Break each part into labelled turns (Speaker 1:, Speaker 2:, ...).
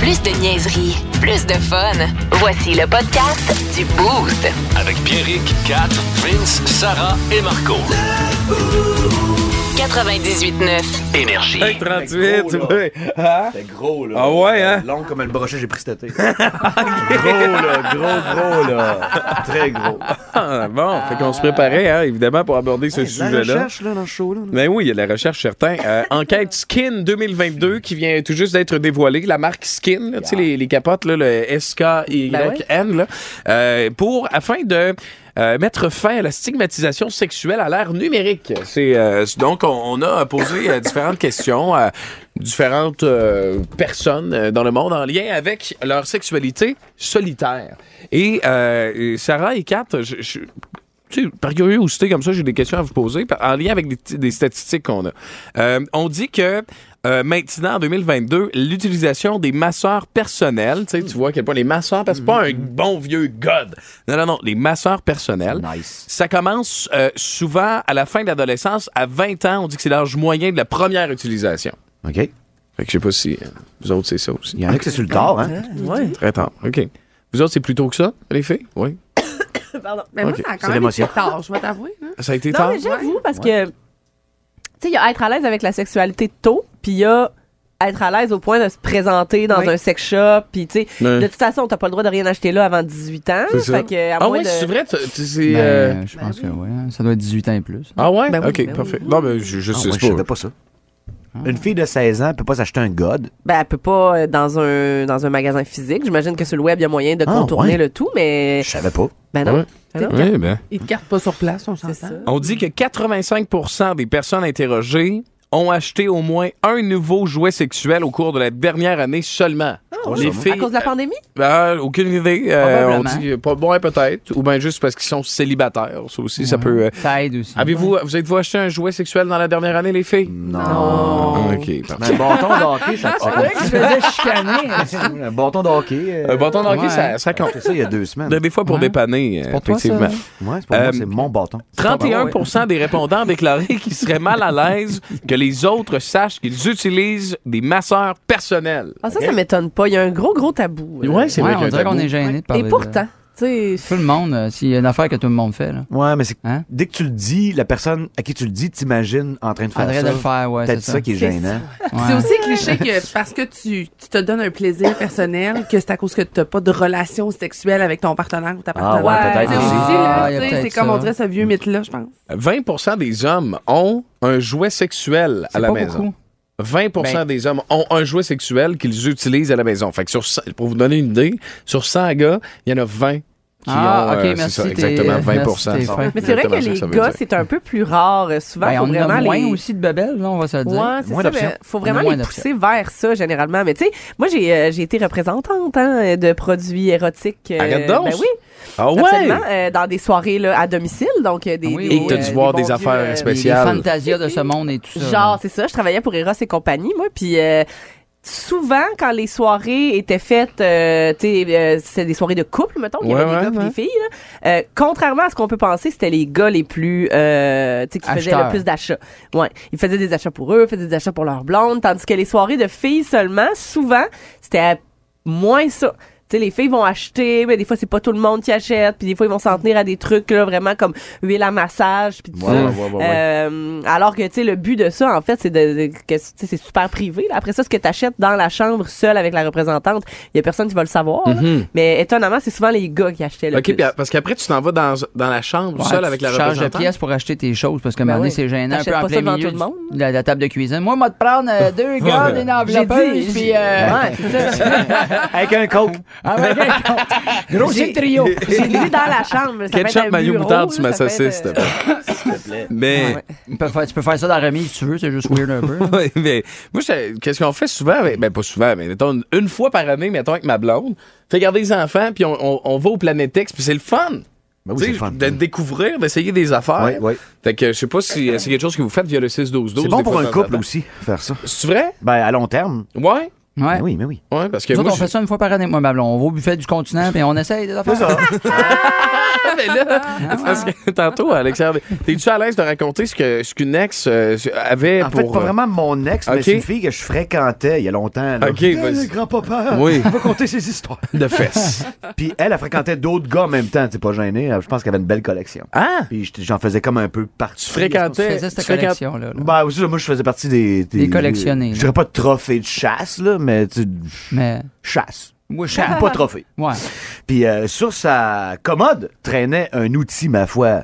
Speaker 1: Plus de niaiserie, plus de fun. Voici le podcast du Boost.
Speaker 2: Avec Pierrick, Kat, Vince, Sarah et Marco.
Speaker 1: 98.9.
Speaker 2: Énergie.
Speaker 3: 38,
Speaker 4: C'était gros,
Speaker 3: ouais. Hein?
Speaker 4: C'était gros, là. Euh,
Speaker 3: Ah ouais, hein?
Speaker 4: Long comme le brochet, j'ai pris cet été. gros, là. Gros, gros, là. Très gros.
Speaker 3: Ah, bon, fait qu'on se préparait, hein, évidemment, pour aborder ce
Speaker 4: Hey, de la
Speaker 3: sujet-là.
Speaker 4: recherche, là, dans ce show-là. là.
Speaker 3: Ben oui, il y a de la recherche, certain. Euh, enquête Skin 2022 qui vient tout juste d'être dévoilée. La marque Skin, là, tu sais, les, les capotes, là, le SKYN, là, euh, pour, afin de euh, mettre fin à la stigmatisation sexuelle à l'ère numérique. C'est euh, c'est- Donc, on, on a posé euh, différentes questions à différentes euh, personnes euh, dans le monde en lien avec leur sexualité solitaire. Et euh, Sarah et Kat, je- je, tu sais, par curiosité comme ça, j'ai des questions à vous poser par- en lien avec des, t- des statistiques qu'on a. Euh, on dit que euh, maintenant, en 2022, l'utilisation des masseurs personnels, tu sais, tu vois à quel point les masseurs, parce que c'est pas un bon vieux god. Non, non, non, les masseurs personnels.
Speaker 4: Nice.
Speaker 3: Ça commence euh, souvent à la fin de l'adolescence, à 20 ans, on dit que c'est l'âge moyen de la première utilisation.
Speaker 4: OK.
Speaker 3: Fait que je sais pas si euh, vous autres, c'est ça aussi.
Speaker 4: Il y en a que c'est sur le tard, hein?
Speaker 3: Ouais. Très tard, OK. Vous autres, c'est plus tôt que ça, les filles? Oui.
Speaker 5: Pardon. Mais moi,
Speaker 3: Ok,
Speaker 5: ça a
Speaker 4: c'est
Speaker 5: quand même
Speaker 4: l'émotion. Ah,
Speaker 5: été tard, je vais t'avouer. là.
Speaker 3: Ça a été
Speaker 6: Non,
Speaker 3: tard?
Speaker 6: mais j'avoue, parce que, tu sais, il y a être à l'aise avec la sexualité tôt, puis il y a être à l'aise au point de se présenter dans
Speaker 5: Oui.
Speaker 6: un sex shop, puis tu sais,
Speaker 3: Ouais.
Speaker 6: de toute façon, t'as pas le droit de rien acheter là avant 18 ans.
Speaker 3: Hein. C'est ça.
Speaker 6: Fait que, à
Speaker 3: Ah
Speaker 6: moins
Speaker 3: ouais,
Speaker 6: de-
Speaker 3: c'est vrai? tu- tu- c'est,
Speaker 7: Ben,
Speaker 3: euh,
Speaker 7: euh, je pense que oui. hein. Ça doit être 18 ans et plus.
Speaker 3: Ah ouais?
Speaker 6: Ben oui,
Speaker 3: ok,
Speaker 6: ben
Speaker 3: parfait. Non, mais je, je
Speaker 4: Ah,
Speaker 3: sais
Speaker 4: moi, je
Speaker 3: pas.
Speaker 4: savais pas ça. Une fille de 16 ans peut pas s'acheter un god.
Speaker 6: Ben, elle peut pas euh, dans un, dans un magasin physique. J'imagine que sur le web, il y a moyen de
Speaker 4: Ah,
Speaker 6: contourner
Speaker 4: ouais.
Speaker 6: le tout, mais.
Speaker 4: Je savais pas.
Speaker 6: Ben non.
Speaker 3: Ouais.
Speaker 6: Ben non.
Speaker 3: Oui, ben.
Speaker 5: Ils te gardent pas sur place, on
Speaker 6: ça.
Speaker 5: s'entend.
Speaker 3: On dit que 85 des personnes interrogées ont acheté au moins un nouveau jouet sexuel au cours de la dernière année seulement. les
Speaker 4: ça,
Speaker 3: filles.
Speaker 6: À cause de la pandémie?
Speaker 3: euh, aucune idée. Euh, on
Speaker 7: Probablement.
Speaker 3: dit euh, pas bon, peut-être. Ou bien juste parce qu'ils sont célibataires. Ça aussi, ça
Speaker 7: Ouais.
Speaker 3: peut. euh,
Speaker 7: Ça aide aussi.
Speaker 3: Avez-vous, vous êtes-vous acheté un jouet sexuel dans la dernière année, les filles?
Speaker 4: Non.
Speaker 3: Ok, parfait.
Speaker 4: Un bâton de hockey, ça ça compte.
Speaker 7: Je faisais chicaner.
Speaker 4: Un bâton de hockey. euh,
Speaker 3: Un bâton de hockey,
Speaker 7: Ouais.
Speaker 3: ça, ça compte.
Speaker 4: C'est ça, il y a deux semaines.
Speaker 3: Des fois pour
Speaker 7: Ouais.
Speaker 3: dépanner, euh,
Speaker 7: pour toi, ça,
Speaker 3: effectivement.
Speaker 7: hein?
Speaker 4: Ouais, c'est pour
Speaker 3: Euh,
Speaker 4: moi, c'est mon bâton.
Speaker 3: 31 des répondants ont déclaré qu'ils seraient mal à l'aise que les autres sachent qu'ils utilisent des masseurs personnels.
Speaker 6: Ah, ça, ça m'étonne pas. Il y a un gros, gros tabou. euh.
Speaker 3: Ouais, c'est
Speaker 7: Ouais,
Speaker 3: vrai
Speaker 7: on
Speaker 3: qu'il y a un
Speaker 7: dirait qu'on
Speaker 3: tabou.
Speaker 7: est gêné de parler
Speaker 6: Et
Speaker 7: de-
Speaker 6: pourtant, tu sais.
Speaker 7: Tout le monde, euh, s'il y a une affaire que tout le monde fait, là.
Speaker 4: Ouais, mais c'est
Speaker 7: Hein?
Speaker 4: dès que tu le dis, la personne à qui tu le dis t'imagines en train de
Speaker 7: En
Speaker 4: faire
Speaker 7: train
Speaker 4: ça.
Speaker 7: de le faire, ouais,
Speaker 4: Peut-être
Speaker 7: c'est
Speaker 4: ça.
Speaker 7: ça.
Speaker 4: qui est
Speaker 6: C'est
Speaker 4: gênant.
Speaker 7: Ouais.
Speaker 5: C'est aussi cliché que parce que tu, tu te donnes un plaisir personnel, que c'est à cause que t'as pas de relation sexuelle avec ton partenaire ou ta
Speaker 4: Ah ouais,
Speaker 5: partenaire.
Speaker 4: peut-être
Speaker 5: C'est
Speaker 4: aussi.
Speaker 5: aussi,
Speaker 7: Ah,
Speaker 5: là,
Speaker 7: y a
Speaker 5: tu sais, c'est
Speaker 7: peut-être
Speaker 5: comme on
Speaker 7: ça.
Speaker 5: dirait ce vieux mythe-là, je pense.
Speaker 3: 20 des hommes ont un jouet sexuel
Speaker 7: C'est
Speaker 3: à la
Speaker 7: pas
Speaker 3: maison.
Speaker 7: beaucoup.
Speaker 3: 20 des hommes ont un jouet sexuel qu'ils utilisent à la maison. Fait que sur 100 pour vous donner une idée, sur 100 gars, il y en a 20 qui
Speaker 7: Ah,
Speaker 3: ont
Speaker 7: ok,
Speaker 3: euh, c'est
Speaker 7: merci,
Speaker 3: ça,
Speaker 7: t'es-
Speaker 3: exactement 20
Speaker 7: merci, t'es fin.
Speaker 6: Mais c'est vrai que
Speaker 3: Exactement ça
Speaker 6: les
Speaker 3: ça veut
Speaker 6: gars,
Speaker 3: dire.
Speaker 6: c'est un peu plus rare. Euh, Souvent,
Speaker 7: Ben,
Speaker 6: faut
Speaker 7: on en
Speaker 6: vraiment
Speaker 7: a moins
Speaker 6: les.
Speaker 7: aussi de bebelles, là, on va se le dire.
Speaker 6: Ouais, c'est
Speaker 4: Moins
Speaker 6: ça.
Speaker 4: d'options.
Speaker 6: mais faut
Speaker 7: On
Speaker 6: vraiment
Speaker 7: a moins
Speaker 6: les pousser vers ça, généralement. Mais tu sais, moi, j'ai euh, j'ai été représentante hein, de produits érotiques. euh,
Speaker 3: Arrête donc!
Speaker 6: Ben oui,
Speaker 3: Ah ouais!
Speaker 6: absolument. euh, dans des soirées là, à domicile. Donc, euh, des,
Speaker 7: Ah Oui,
Speaker 6: des,
Speaker 7: Et que t'as dû
Speaker 3: voir
Speaker 6: bons
Speaker 3: des
Speaker 6: vieux,
Speaker 3: affaires
Speaker 6: euh,
Speaker 3: spéciales.
Speaker 7: Les, les fantasias de ce monde et tout ça.
Speaker 6: Genre, c'est ça, je travaillais pour Eros et compagnie, moi, puis euh, souvent, quand les soirées étaient faites, euh, tu sais, euh, c'était des soirées de couple, mettons, il y
Speaker 3: Ouais,
Speaker 6: avait des
Speaker 3: ouais,
Speaker 6: gars et
Speaker 3: ouais.
Speaker 6: des filles, là. Euh, contrairement à ce qu'on peut penser, c'était les gars les plus, euh, tu sais, qui faisaient
Speaker 7: Acheteurs.
Speaker 6: le plus d'achats. Ouais, ils faisaient des achats pour eux, faisaient des achats pour leurs blondes, tandis que les soirées de filles seulement, souvent, c'était à moins ça. Tu sais, les filles vont acheter, mais des fois, c'est pas tout le monde qui achète, puis des fois, ils vont s'en tenir à des trucs, là, vraiment comme huile à massage, puis tout
Speaker 3: Ouais,
Speaker 6: ça.
Speaker 8: Hein?
Speaker 3: ouais, ouais, ouais, ouais.
Speaker 6: Euh, alors que, tu sais, le but de ça, en fait, c'est de, de- que tu sais, c'est super privé. là. Après ça, ce que tu achètes dans la chambre, seul avec la représentante, il y a personne qui va le savoir. là. Mais étonnamment, c'est souvent les gars qui achetaient le
Speaker 3: Mm-hmm. Mhm. OK, puis
Speaker 6: plus.
Speaker 3: à- parce qu'après, tu t'en vas dans, dans la chambre
Speaker 7: Ouais,
Speaker 3: seul
Speaker 7: tu
Speaker 3: avec la
Speaker 7: charges de
Speaker 3: représentante.
Speaker 7: pièces pour acheter tes choses parce que
Speaker 6: Ben
Speaker 7: maintenant
Speaker 6: oui.
Speaker 7: c'est gênant un
Speaker 6: T'achètes
Speaker 7: peu en
Speaker 6: pas ça
Speaker 7: plein
Speaker 6: devant
Speaker 7: milieu
Speaker 6: tout le monde,
Speaker 7: du- de la, de la table de cuisine. Moi, moi, te prendre euh, deux gars, une enveloppeuse, puis euh,
Speaker 6: Ouais, c'est ça.
Speaker 8: Euh,
Speaker 4: Avec un coke.
Speaker 7: avec un compte. Gros c'est trio.
Speaker 6: J'ai dit dans la chambre. Ça euh,
Speaker 3: Ketchup, mayo, moutarde, tu m'assassistes.
Speaker 6: m'assassistes.
Speaker 3: Mais...
Speaker 7: Tu peux faire- tu peux faire ça dans la remise si tu veux, c'est juste weird un peu.
Speaker 3: Oui, mais moi, je- qu'est-ce qu'on fait souvent? avec- Ben, pas souvent, mais mettons une, une fois par année, mettons avec ma blonde, fait garder les enfants, puis on, on- on va au Planétex, puis c'est le fun.
Speaker 4: Ben oui,
Speaker 3: Tu sais,
Speaker 4: c'est le fun.
Speaker 3: De découvrir, d'essayer des affaires.
Speaker 4: Ouais, ouais.
Speaker 3: Fait que je sais pas si euh, c'est quelque chose que vous faites via le 6-12-12.
Speaker 4: C'est bon
Speaker 3: des
Speaker 4: pour
Speaker 3: fois,
Speaker 4: un
Speaker 3: de temps en
Speaker 4: couple
Speaker 3: temps.
Speaker 4: aussi, faire ça.
Speaker 3: C'est vrai?
Speaker 4: Ben, à long terme.
Speaker 3: Ouais.
Speaker 7: Ouais.
Speaker 8: Ben oui, mais oui.
Speaker 3: Ouais, parce que
Speaker 7: Nous autres,
Speaker 3: moi,
Speaker 7: on fait ça une fois par année. Moi, ma blonde, on va au buffet du continent puis on essaye des affaires.
Speaker 3: Ah, mais là, parce que tantôt, Alexandre, t'es-tu à l'aise de raconter ce que ce qu'une ex euh, avait
Speaker 8: En
Speaker 3: pour.
Speaker 8: fait, pas vraiment mon ex, mais
Speaker 3: Ok.
Speaker 8: c'est une fille que je fréquentais il y a longtemps. là.
Speaker 3: Ok,
Speaker 8: Hey,
Speaker 3: vas-y.
Speaker 8: le grand-papa,
Speaker 3: Oui.
Speaker 8: il va compter ses histoires.
Speaker 3: de fesses.
Speaker 8: Puis elle, elle fréquentait d'autres gars en même temps, t'es pas gêné. hein. Je pense qu'elle avait une belle collection.
Speaker 3: Ah!
Speaker 8: Puis j'étais- j'en faisais comme un peu partie.
Speaker 3: Tu fréquentais.
Speaker 7: Je faisais
Speaker 3: tu
Speaker 7: cette
Speaker 3: fréquent-
Speaker 7: collection-là. là.
Speaker 8: Bah, aussi, moi, je faisais partie des.
Speaker 7: Des collectionnés,
Speaker 8: Je
Speaker 7: là.
Speaker 8: dirais pas de trophée de chasse, là, mais tu.
Speaker 7: Mais.
Speaker 8: Chasse.
Speaker 7: Moi, je sais.
Speaker 8: Pas trophée.
Speaker 7: Ouais.
Speaker 8: Puis euh, sur sa commode traînait un outil, ma foi.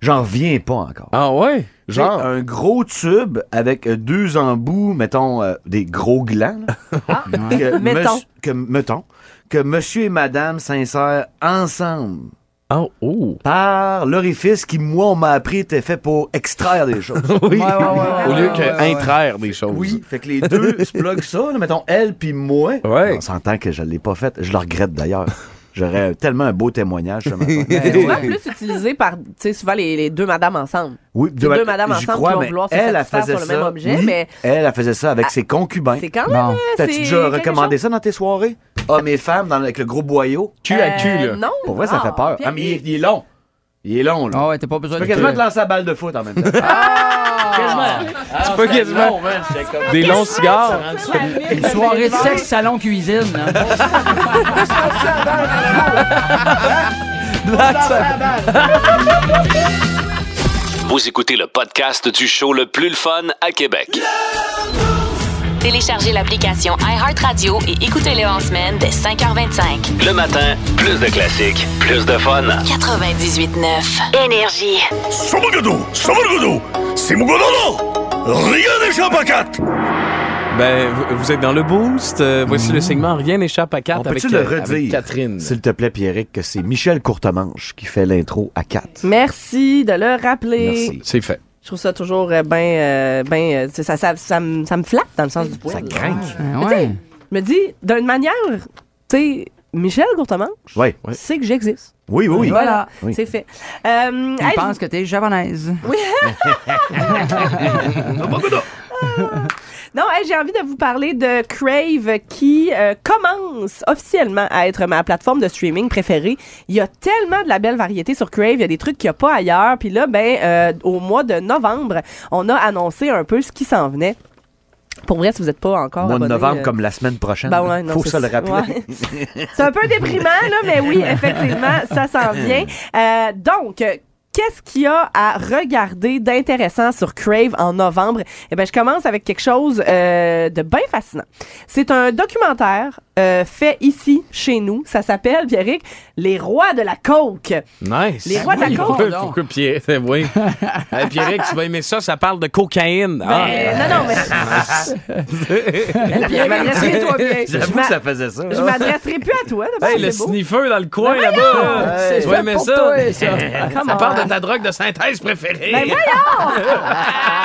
Speaker 8: J'en reviens pas encore.
Speaker 3: Ah ouais?
Speaker 8: Genre
Speaker 3: Genre.
Speaker 8: un gros tube avec euh, deux embouts, mettons, euh, des gros glands. là, que,
Speaker 6: ah, Mettons.
Speaker 8: mons- que, mettons. Que monsieur et madame s'insèrent ensemble
Speaker 3: Ah, oh!
Speaker 8: par l'orifice qui, moi, on m'a appris était fait pour extraire des choses.
Speaker 3: Oui.
Speaker 7: Ouais, ouais,
Speaker 3: Au
Speaker 7: ouais,
Speaker 6: Ah,
Speaker 7: ouais,
Speaker 3: lieu
Speaker 7: ouais,
Speaker 3: que
Speaker 7: ouais, ouais.
Speaker 3: intraire des choses.
Speaker 8: Oui, fait que les deux se pluguent ça, là, mettons, elle puis moi.
Speaker 3: Ouais.
Speaker 8: On s'entend que je l'ai pas faite. Je le regrette d'ailleurs. J'aurais tellement un beau témoignage ce matin.
Speaker 6: C'est souvent plus utilisé par, tu sais, souvent les, les deux madames ensemble.
Speaker 8: Oui,
Speaker 6: Les deux
Speaker 8: ma-
Speaker 6: madames
Speaker 8: j'y
Speaker 6: ensemble
Speaker 8: crois,
Speaker 6: qui vont
Speaker 8: mais
Speaker 6: vouloir se
Speaker 8: elle, elle
Speaker 6: satisfaire
Speaker 8: faisait
Speaker 6: sur le même
Speaker 8: ça.
Speaker 6: objet,
Speaker 8: Oui,
Speaker 6: mais-
Speaker 8: Elle, elle faisait ça avec ses concubins.
Speaker 6: C'est quand même.
Speaker 7: Bon.
Speaker 8: T'as-tu déjà recommandé ça dans tes soirées? Hommes et femmes dans- avec le gros boyau?
Speaker 3: Cul à cul, là.
Speaker 6: Euh, Non.
Speaker 8: Pour vrai, ça
Speaker 6: Ah,
Speaker 8: fait peur.
Speaker 6: puis-
Speaker 8: Ah, mais il est, il est long. Il est long, là.
Speaker 7: Ah ouais, t'as pas besoin
Speaker 8: Tu
Speaker 7: de.
Speaker 8: peux quasiment te lancer la balle de foot en même temps.
Speaker 3: Tu peux quasiment. Des longs cigares.
Speaker 7: Une soirée de sexe, salon, cuisine. hein.
Speaker 9: Ah
Speaker 7: là.
Speaker 2: Vous écoutez le podcast du show le plus le fun à Québec.
Speaker 1: Téléchargez l'application iHeartRadio et écoutez-le en semaine dès 5h25.
Speaker 2: Le matin, plus de classiques, plus de fun.
Speaker 1: 98.9 Énergie.
Speaker 3: Ben, vous, vous êtes dans le boost. Euh, voici le segment Rien n'échappe à 4
Speaker 8: On
Speaker 3: avec,
Speaker 8: peut-tu le
Speaker 3: euh, avec
Speaker 8: redire?
Speaker 3: Catherine.
Speaker 8: S'il te plaît, Pierrick, que c'est Michel Courtemanche qui fait l'intro à 4.
Speaker 6: Merci de le rappeler.
Speaker 8: Merci.
Speaker 3: C'est fait.
Speaker 6: Je trouve ça toujours euh, ben, euh, ben, euh, ça, ça, ça, ça me ça me flatte dans le sens du poil.
Speaker 8: Ça craint.
Speaker 7: Ah
Speaker 6: tu
Speaker 7: Ouais.
Speaker 6: sais, Je me dis, d'une manière, tu sais, Michel Courtemanche
Speaker 8: Ouais.
Speaker 6: sait que j'existe.
Speaker 8: Oui, oui, oui.
Speaker 6: Voilà,
Speaker 8: Oui.
Speaker 6: c'est fait. Euh,
Speaker 7: Il
Speaker 6: hey,
Speaker 7: pense que t'es javanaise.
Speaker 6: Non, hey, j'ai envie de vous parler de Crave qui euh, commence officiellement à être ma plateforme de streaming préférée. Il y a tellement de la belle variété sur Crave, il y a des trucs qu'il n'y a pas ailleurs. Puis là, ben, euh, au mois de novembre, on a annoncé un peu ce qui s'en venait. Pour vrai, si vous n'êtes pas encore
Speaker 8: Mois de
Speaker 6: abonné,
Speaker 8: novembre,
Speaker 6: euh,
Speaker 8: comme la semaine prochaine.
Speaker 6: ben ouais, non,
Speaker 8: Faut
Speaker 6: c'est
Speaker 8: ça le
Speaker 6: ça.
Speaker 8: rappeler.
Speaker 6: Ouais. C'est un peu déprimant, là, mais oui, effectivement, ça s'en vient. Euh, donc, euh, qu'est-ce qu'il y a à regarder d'intéressant sur Crave en novembre? Eh bien, je commence avec quelque chose euh, de bien fascinant. C'est un documentaire euh, fait ici, chez nous. Ça s'appelle, Pierrick, Les Rois de la Coke.
Speaker 3: Nice.
Speaker 6: Les rois de la
Speaker 3: Oui,
Speaker 6: coke.
Speaker 3: oui, Pourquoi Pierre? eh Oui. Euh, Pierrick, tu vas aimer ça, ça parle de cocaïne. Ah.
Speaker 6: Ben, non, non, mais je m'adresserai, toi, bien. Je
Speaker 8: J'avoue que
Speaker 6: m'a-
Speaker 8: ça faisait ça. Ah,
Speaker 6: Je m'adresserai plus à toi. d'abord,
Speaker 3: Hey, le
Speaker 6: c'est beau. Ben,
Speaker 3: sniffer dans le coin là-bas.
Speaker 8: Hey,
Speaker 3: tu vas aimer ça. Eh,
Speaker 6: Come
Speaker 3: Ça
Speaker 6: on.
Speaker 3: parle de ta drogue de synthèse préférée.
Speaker 6: Ben, voyons!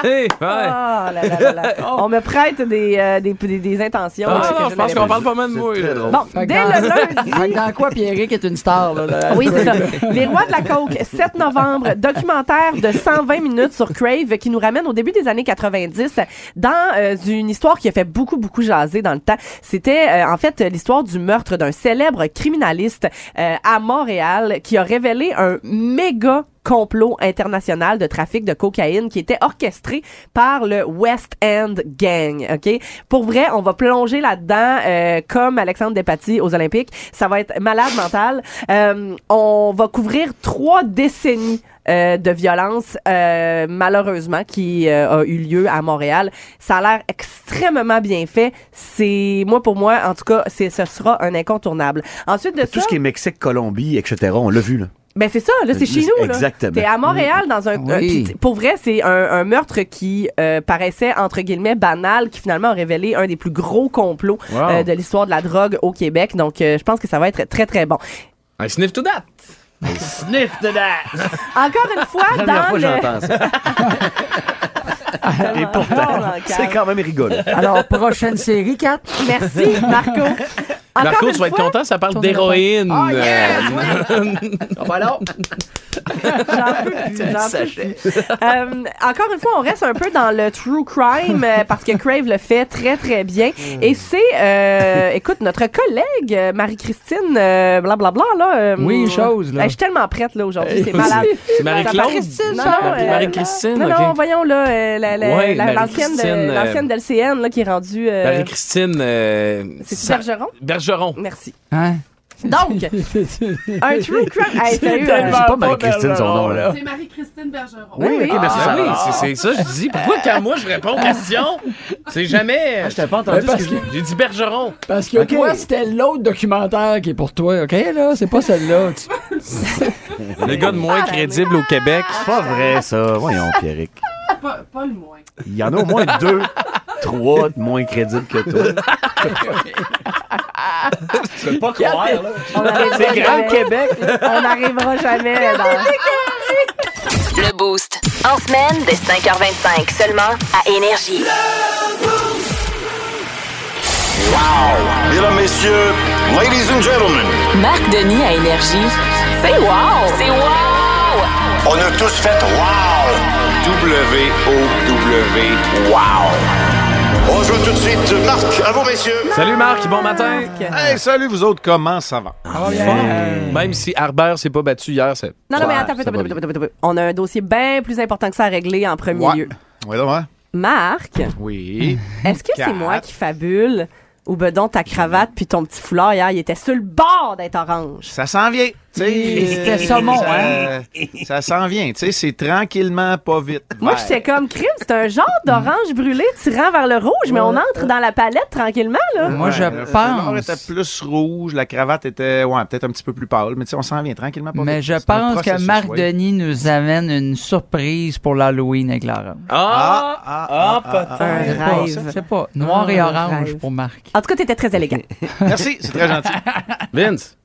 Speaker 3: Tu sais, ouais. Oh.
Speaker 6: Ah, là, là, là, là. On me prête des, euh, des, des- des intentions.
Speaker 3: Ah,
Speaker 6: là, que
Speaker 3: je
Speaker 6: n'avais
Speaker 3: pense
Speaker 6: pas.
Speaker 3: qu'on parle pas mal de moi.
Speaker 8: C'est très
Speaker 3: là.
Speaker 8: drôle.
Speaker 6: Bon,
Speaker 7: Fait que
Speaker 6: dès le
Speaker 7: dans-
Speaker 6: lundi.
Speaker 7: fait que dans quoi Pierrick est une star, là, là?
Speaker 6: Oui, c'est ça. Les Rois de la Coke, 7 novembre, documentaire de 120 minutes sur Crave qui nous ramène au début des années 90 dans euh, une histoire qui a fait beaucoup, beaucoup jaser dans le temps. C'était euh, en fait l'histoire du meurtre d'un célèbre criminaliste euh, à Montréal qui a révélé un méga complot international de trafic de cocaïne qui était orchestré par le West End Gang. Ok, pour vrai, on va plonger là-dedans euh, comme Alexandre Despatie aux Olympiques. Ça va être malade mental. Euh, on va couvrir trois décennies. euh, de violence euh, malheureusement qui euh, a eu lieu à Montréal. Ça a l'air extrêmement bien fait. C'est moi pour moi en tout cas, c'est ce sera un incontournable. Ensuite de
Speaker 8: Tout
Speaker 6: ça,
Speaker 8: ce qui est Mexique, Colombie, etc., on l'a vu, là.
Speaker 6: ben c'est ça, là, c'est chez nous. là.
Speaker 8: Exactement.
Speaker 6: T'es à Montréal dans un.
Speaker 7: Oui.
Speaker 6: un- pis t- pour vrai, c'est un, un meurtre qui euh, paraissait entre guillemets banal, qui finalement a révélé un des plus gros complots
Speaker 3: Wow.
Speaker 6: euh, de l'histoire de la drogue au Québec. Donc, euh, je pense que ça va être très très bon.
Speaker 3: I sniff to that.
Speaker 6: Encore une fois,
Speaker 8: Première
Speaker 6: dans
Speaker 8: fois que
Speaker 6: le.
Speaker 8: j'entends Ah, ça. Et pourtant,
Speaker 6: Dans le cadre.
Speaker 8: c'est quand même rigolo.
Speaker 7: Alors, prochaine série, 4.
Speaker 6: Merci, Marco. Encore
Speaker 3: Marco,
Speaker 6: une
Speaker 3: tu vas être
Speaker 6: fois?
Speaker 3: content, ça parle
Speaker 7: Tournez le pas.
Speaker 3: d'héroïne.
Speaker 7: Ah,
Speaker 3: Euh,
Speaker 7: yes! ouais. Ah, bah non.
Speaker 6: J'en peux plus, j'en peux plus. Euh, encore une fois, on reste un peu dans le true crime euh, parce que Crave le fait très très bien. Et c'est, euh, écoute, notre collègue euh, Marie-Christine, euh, blablabla là. euh,
Speaker 9: Oui, chose, là.
Speaker 6: hey, je suis tellement prête là aujourd'hui, c'est malade.
Speaker 3: C'est Marie-Claude.
Speaker 6: Christine, non, euh,
Speaker 3: Marie-Christine,
Speaker 6: Non, non,
Speaker 3: ok.
Speaker 6: voyons là, euh, la- la-
Speaker 3: Ouais,
Speaker 6: la- l'ancienne
Speaker 3: Marie-Christine,
Speaker 6: de-
Speaker 3: euh,
Speaker 6: l'ancienne de l'CN là, qui est rendue. euh,
Speaker 3: Marie-Christine. euh,
Speaker 6: c'est-tu
Speaker 3: Sa-
Speaker 6: Bergeron?
Speaker 3: Bergeron.
Speaker 6: Merci.
Speaker 9: Hein?
Speaker 6: Donc, un true crime. Hey, sérieux, euh,
Speaker 8: C'est pas Marie-Christine son nom, là.
Speaker 5: C'est Marie-Christine Bergeron.
Speaker 6: Oui, oui.
Speaker 3: Ah,
Speaker 8: merci,
Speaker 3: oui,
Speaker 8: Sarah.
Speaker 3: c'est- c'est ça, je dis. Pourquoi quand moi je réponds aux questions, c'est jamais.
Speaker 4: Je t'ai pas entendu.
Speaker 9: parce
Speaker 4: excuse-moi.
Speaker 3: J'ai dit Bergeron.
Speaker 9: Parce que
Speaker 8: Ok.
Speaker 9: toi, c'était l'autre documentaire qui est pour toi, OK, là? C'est pas celle-là. Tu-
Speaker 3: Le gars de moins crédible au Québec.
Speaker 8: C'est pas vrai, ça. Voyons, Pierrick.
Speaker 5: Pas, pas le moins.
Speaker 8: Il y en a au moins deux, trois de moins crédibles que toi.
Speaker 4: Je peux pas croire, là.
Speaker 6: on arrivera jamais-
Speaker 8: Québec,
Speaker 6: On n'arrivera jamais euh, dans.
Speaker 1: Le Boost. En semaine dès 5h25 seulement à Énergie.
Speaker 10: Mesdames, messieurs, ladies and gentlemen,
Speaker 1: Marc Denis à Énergie. C'est wow! C'est wow!
Speaker 10: on a tous fait wow! W-O-W, wow! On joue tout de suite Marc, à vous, messieurs!
Speaker 3: Salut Marc, bon matin.
Speaker 11: Hey, salut vous autres, comment ça va?
Speaker 3: Même si Harbert s'est pas battu hier, c'est.
Speaker 6: Non, non, mais attends,
Speaker 3: Ouais,
Speaker 6: attends,
Speaker 3: ça va
Speaker 6: attends,
Speaker 3: bien.
Speaker 6: attends, attends. on a un dossier bien plus important que ça à régler en premier
Speaker 11: Ouais.
Speaker 6: lieu.
Speaker 11: Ouais, là, ouais.
Speaker 6: Marc,
Speaker 11: Oui.
Speaker 6: est-ce que c'est
Speaker 11: Quatre.
Speaker 6: moi qui fabule ou ben donc ta cravate puis ton petit foulard hier, il était sur le bord d'être orange?
Speaker 11: Ça s'en vient. tu sais,
Speaker 7: C'était
Speaker 11: euh,
Speaker 7: saumon,
Speaker 11: ça-
Speaker 7: hein?
Speaker 11: Ça s'en vient, tu sais, c'est tranquillement, pas vite.
Speaker 6: Moi,
Speaker 11: Vert.
Speaker 6: j'étais comme crime, c'est un genre d'orange brûlé tirant vers le rouge, mais on entre dans la palette tranquillement, là.
Speaker 9: Moi, je
Speaker 11: Le foulard était
Speaker 9: pense.
Speaker 11: plus rouge, la cravate était, ouais, peut-être un petit peu plus pâle, mais tu sais, on s'en vient tranquillement, pas
Speaker 9: Mais
Speaker 11: vite.
Speaker 9: je
Speaker 11: C'est un
Speaker 9: pense que
Speaker 11: processus,
Speaker 9: Marc
Speaker 11: ouais.
Speaker 9: Denis nous amène une surprise pour l'Halloween avec Lara.
Speaker 3: Ah,
Speaker 11: Ah,
Speaker 3: ah,
Speaker 11: ah, ah,
Speaker 3: peut-être.
Speaker 11: ah,
Speaker 6: Un
Speaker 9: Je sais pas,
Speaker 6: rêve.
Speaker 9: Je sais pas. Noir et
Speaker 6: Ah,
Speaker 9: orange
Speaker 6: rêve.
Speaker 9: pour Marc.
Speaker 6: En tout cas, t'étais très élégant.
Speaker 11: Merci, c'est très gentil.
Speaker 3: Vince.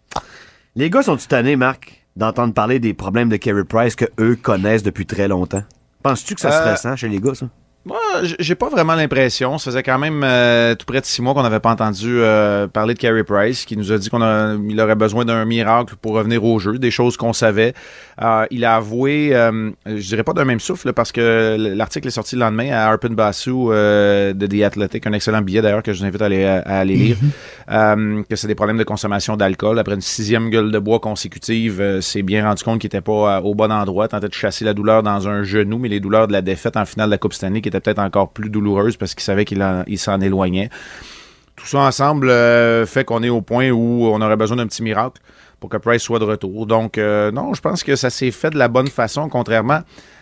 Speaker 8: Les gars sont-tu tannés, Marc, d'entendre parler des problèmes de Kerry Price que eux connaissent depuis très longtemps? Penses-tu que ça se
Speaker 11: Euh,
Speaker 8: ressent chez les gars, ça?
Speaker 11: Moi, j- j'ai pas vraiment l'impression. Ça faisait quand même euh, tout près de six mois qu'on n'avait pas entendu euh, parler de Carey Price, qui nous a dit qu'on a- il aurait besoin d'un miracle pour revenir au jeu, des choses qu'on savait. Euh, il a avoué, euh, je dirais pas d'un même souffle, parce que l- l'article est sorti le lendemain à Arpin Basu euh, de The Athletic, un excellent billet d'ailleurs que je vous invite à aller, à aller lire, euh, que c'est des problèmes de consommation d'alcool. Après une sixième gueule de bois consécutive, euh, s'est bien rendu compte qu'il n'était pas euh, au bon endroit, tentait de chasser la douleur dans un genou, mais les douleurs de la défaite en finale de la Coupe Stanley qui étaient peut-être encore plus douloureuses parce qu'il savait qu'il en- il s'en éloignait. Tout ça ensemble euh, fait qu'on est au point où on aurait besoin d'un petit miracle pour que Price soit de retour. Donc, euh, non, je pense que ça s'est fait de la bonne façon, contrairement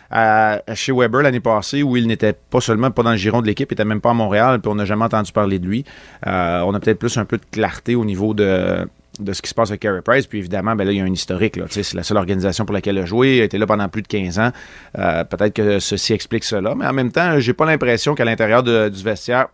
Speaker 11: à, à chez Weber l'année passée où il n'était pas seulement pas dans le giron de l'équipe, il n'était même pas à Montréal, puis on n'a jamais entendu parler de lui. Euh, on a peut-être plus un peu de clarté au niveau de, de ce qui se passe avec Carey Price. Puis évidemment, ben là, il y a un historique. là. Tu sais, C'est la seule organisation pour laquelle il a joué. Il a été là pendant plus de 15 ans. Euh, peut-être que ceci explique cela. Mais en même temps, j'ai pas l'impression qu'à l'intérieur de- du vestiaire,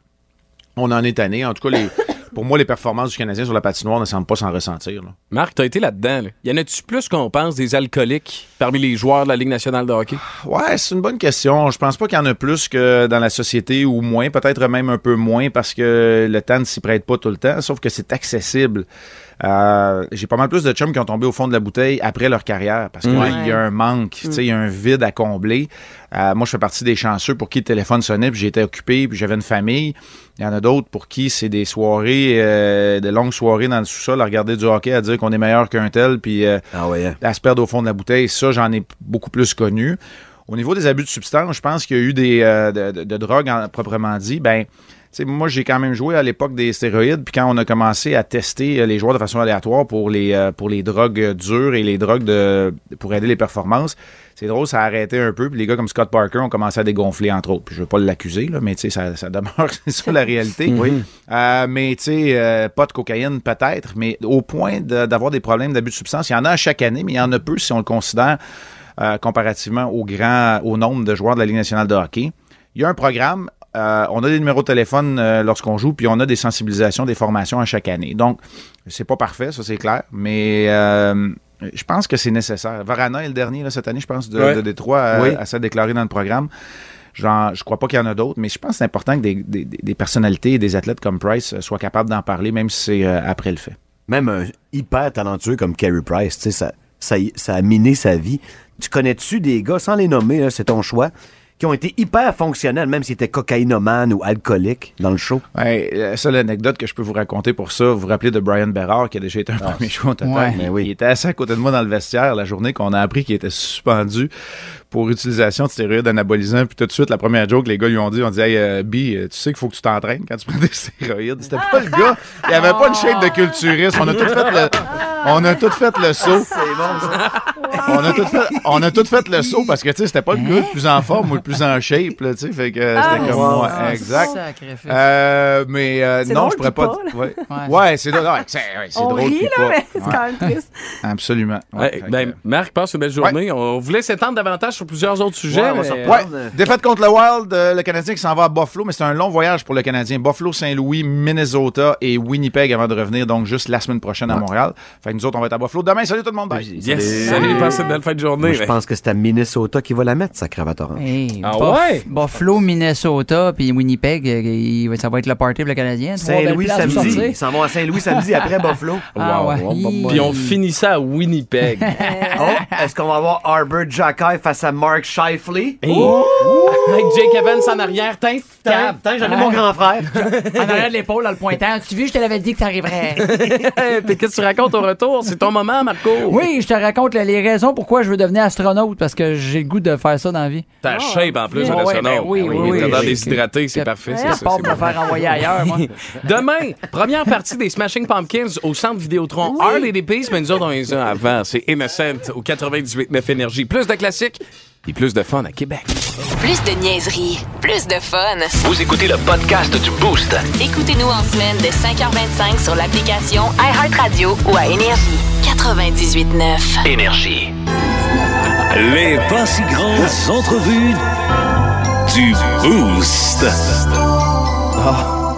Speaker 11: on en est tanné. En tout cas, les- pour moi, les performances du Canadien sur la patinoire ne semblent pas s'en ressentir. là.
Speaker 3: Marc, t'as été là-dedans. Là. Y en a-tu plus qu'on pense des alcooliques parmi les joueurs de la Ligue nationale de hockey?
Speaker 11: Ouais, c'est une bonne question. Je pense pas qu'il y en a plus que dans la société ou moins, peut-être même un peu moins parce que le temps ne s'y prête pas tout le temps, sauf que c'est accessible. Euh, J'ai pas mal plus de chums qui ont tombé au fond de la bouteille après leur carrière parce qu'il y a un manque, tu sais, il y a un vide à combler. Euh, moi, je fais partie des chanceux pour qui le téléphone sonnait, puis j'étais occupé, puis j'avais une famille. Il y en a d'autres pour qui c'est des soirées, euh, des longues soirées dans le sous-sol à regarder du hockey, à dire qu'on est meilleur qu'un tel, puis euh,
Speaker 8: Ah ouais. hein.
Speaker 11: à se perdre au fond de la bouteille, ça, j'en ai p- beaucoup plus connu. Au niveau des abus de substances, je pense qu'il y a eu des euh, de, de- de drogue en- proprement dit. Ben, tu sais, moi, j'ai quand même joué à l'époque des stéroïdes, puis quand on a commencé à tester euh, les joueurs de façon aléatoire pour les euh, pour les drogues euh, dures et les drogues de pour aider les performances, c'est drôle, ça a arrêté un peu. Puis les gars comme Scott Parker ont commencé à dégonfler entre autres. Puis je veux pas l'accuser là, mais tu sais, ça, ça demeure c'est ça la réalité. Oui. Euh, mais tu sais, euh, pas de cocaïne peut-être, mais au point de- d'avoir des problèmes d'abus de substance, il y en a à chaque année, mais il y en a peu si on le considère euh, comparativement au grand, au nombre de joueurs de la Ligue nationale de hockey. Il y a un programme. euh, on a des numéros de téléphone euh, lorsqu'on joue, puis on a des sensibilisations, des formations à chaque année. Donc, c'est pas parfait, ça c'est clair, mais euh, je pense que c'est nécessaire. Varana est le dernier là, cette année, je pense, de,
Speaker 3: Ouais.
Speaker 11: de Détroit à,
Speaker 8: Oui.
Speaker 11: à se déclarer dans le programme. Genre, je crois pas qu'il y en a d'autres, mais je pense que c'est important que des, des- des- des personnalités et des athlètes comme Price euh, soient capables d'en parler, même si c'est euh, après le fait.
Speaker 8: Même un hyper talentueux comme Carey Price, tu sais, ça, ça, y- ça a miné sa vie. Tu connais-tu des gars, sans les nommer, là, c'est ton choix, qui ont été hyper fonctionnels, même s'ils étaient cocaïnomanes ou alcooliques dans le show?
Speaker 11: Ouais, la seule anecdote que je peux vous raconter pour ça, vous vous rappelez de Brian Berard qui a déjà été un premier choix au total.
Speaker 8: Ouais.
Speaker 11: Il, il était assis à côté de moi dans le vestiaire la journée qu'on a appris qu'il était suspendu pour utilisation de stéroïdes anabolisants. Puis tout de suite, la première joke, les gars lui ont dit, on dit, hey, euh, Bi, euh, tu sais qu'il faut que tu t'entraînes quand tu prends des stéroïdes. C'était pas le gars. Il avait pas une shape de culturiste. On a tout fait le, on a tout fait le saut. On a, tout fait, on a tout fait le saut parce que tu sais, c'était pas le gars le plus en forme ou le plus en shape. Là, tu sais, fait que euh,
Speaker 12: Ah,
Speaker 11: c'était comme
Speaker 12: ouais.
Speaker 11: ouais,
Speaker 12: Ah,
Speaker 11: exact.
Speaker 12: sacrifice.
Speaker 11: Euh, mais euh,
Speaker 12: C'est
Speaker 11: non,
Speaker 12: drôle
Speaker 11: je pourrais
Speaker 12: ou
Speaker 11: pas.
Speaker 12: pas,
Speaker 11: di-
Speaker 12: là?
Speaker 11: ouais,
Speaker 12: Ouais.
Speaker 11: Ouais, c'est drôle. ouais, c'est ouais, c'est
Speaker 12: On
Speaker 11: drôle.
Speaker 12: rit,
Speaker 11: puis
Speaker 12: là,
Speaker 11: pas.
Speaker 12: mais c'est quand même triste.
Speaker 11: Absolument.
Speaker 3: Ouais, ben,
Speaker 12: euh,
Speaker 3: Marc, passe une belle journée. On voulait s'étendre davantage sur plusieurs autres sujets.
Speaker 11: Ouais, on va
Speaker 3: mais- euh,
Speaker 11: s'en reprendre.
Speaker 12: euh,
Speaker 11: Ouais. Défaite contre le Wild, euh, le Canadien qui s'en va à Buffalo, mais c'est un long voyage pour le Canadien. Buffalo, Saint-Louis, Minnesota et Winnipeg avant de revenir donc juste la semaine prochaine à Montréal. Fait que nous autres, on va être à Buffalo. Demain, salut tout le monde. Bye.
Speaker 3: Yes. Ah. Salut, passez une belle fin de journée. ben.
Speaker 8: Moi, je pense que c'est à Minnesota qui va la mettre, sa cravate orange.
Speaker 7: Buff- Buffalo, Minnesota, puis Winnipeg, euh, il- ça va être le party pour le Canadien. Trois belles
Speaker 8: Saint-Louis
Speaker 7: places ben, pour
Speaker 8: samedi.
Speaker 7: sortir.
Speaker 8: Ils s'en vont à Saint-Louis samedi après Buffalo.
Speaker 7: Ah ouais.
Speaker 3: Puis on finit ça à Winnipeg.
Speaker 8: Oh, est-ce qu'on va avoir Arbor Jacky face à Mark Shifley? Oh,
Speaker 3: Hey. Avec Jake Evans en arrière, t'in,
Speaker 7: Tiens,
Speaker 8: Putain, j'en ai mon grand frère.
Speaker 7: En arrière de l'épaule, en le pointant. Tu vu, je te l'avais dit que ça arriverait.
Speaker 3: Puis qu'est-ce que tu racontes au retour? C'est ton moment, Marco.
Speaker 9: Oui, je te raconte là, les raisons pourquoi je veux devenir astronaute, parce que j'ai le goût de faire ça dans la vie.
Speaker 3: Ta shape en plus,
Speaker 9: oui.
Speaker 3: en
Speaker 9: Ouais,
Speaker 3: astronaute.
Speaker 9: ben oui,
Speaker 3: Ah
Speaker 9: oui, oui.
Speaker 3: T'es dans
Speaker 9: J'ai-
Speaker 3: déshydraté, c'est parfait.
Speaker 9: j'ai
Speaker 3: c'est ça,
Speaker 9: peur
Speaker 3: c'est
Speaker 9: de me
Speaker 3: bon.
Speaker 9: faire envoyer ailleurs, moi.
Speaker 3: Demain, première partie des Smashing Pumpkins au centre Vidéotron. Un des dépistes, mais nous autres, on les a avant. C'est Innocent au 98.9 Énergie. Plus de classiques et plus de fun à Québec.
Speaker 1: Plus de niaiserie, plus de fun.
Speaker 2: Vous écoutez le podcast du Boost.
Speaker 1: Écoutez-nous en semaine de 5h25 sur l'application iHeartRadio ou à Énergie. 98.9.
Speaker 2: Énergie. Les pas si grandes entrevues du Boost.
Speaker 3: Ah,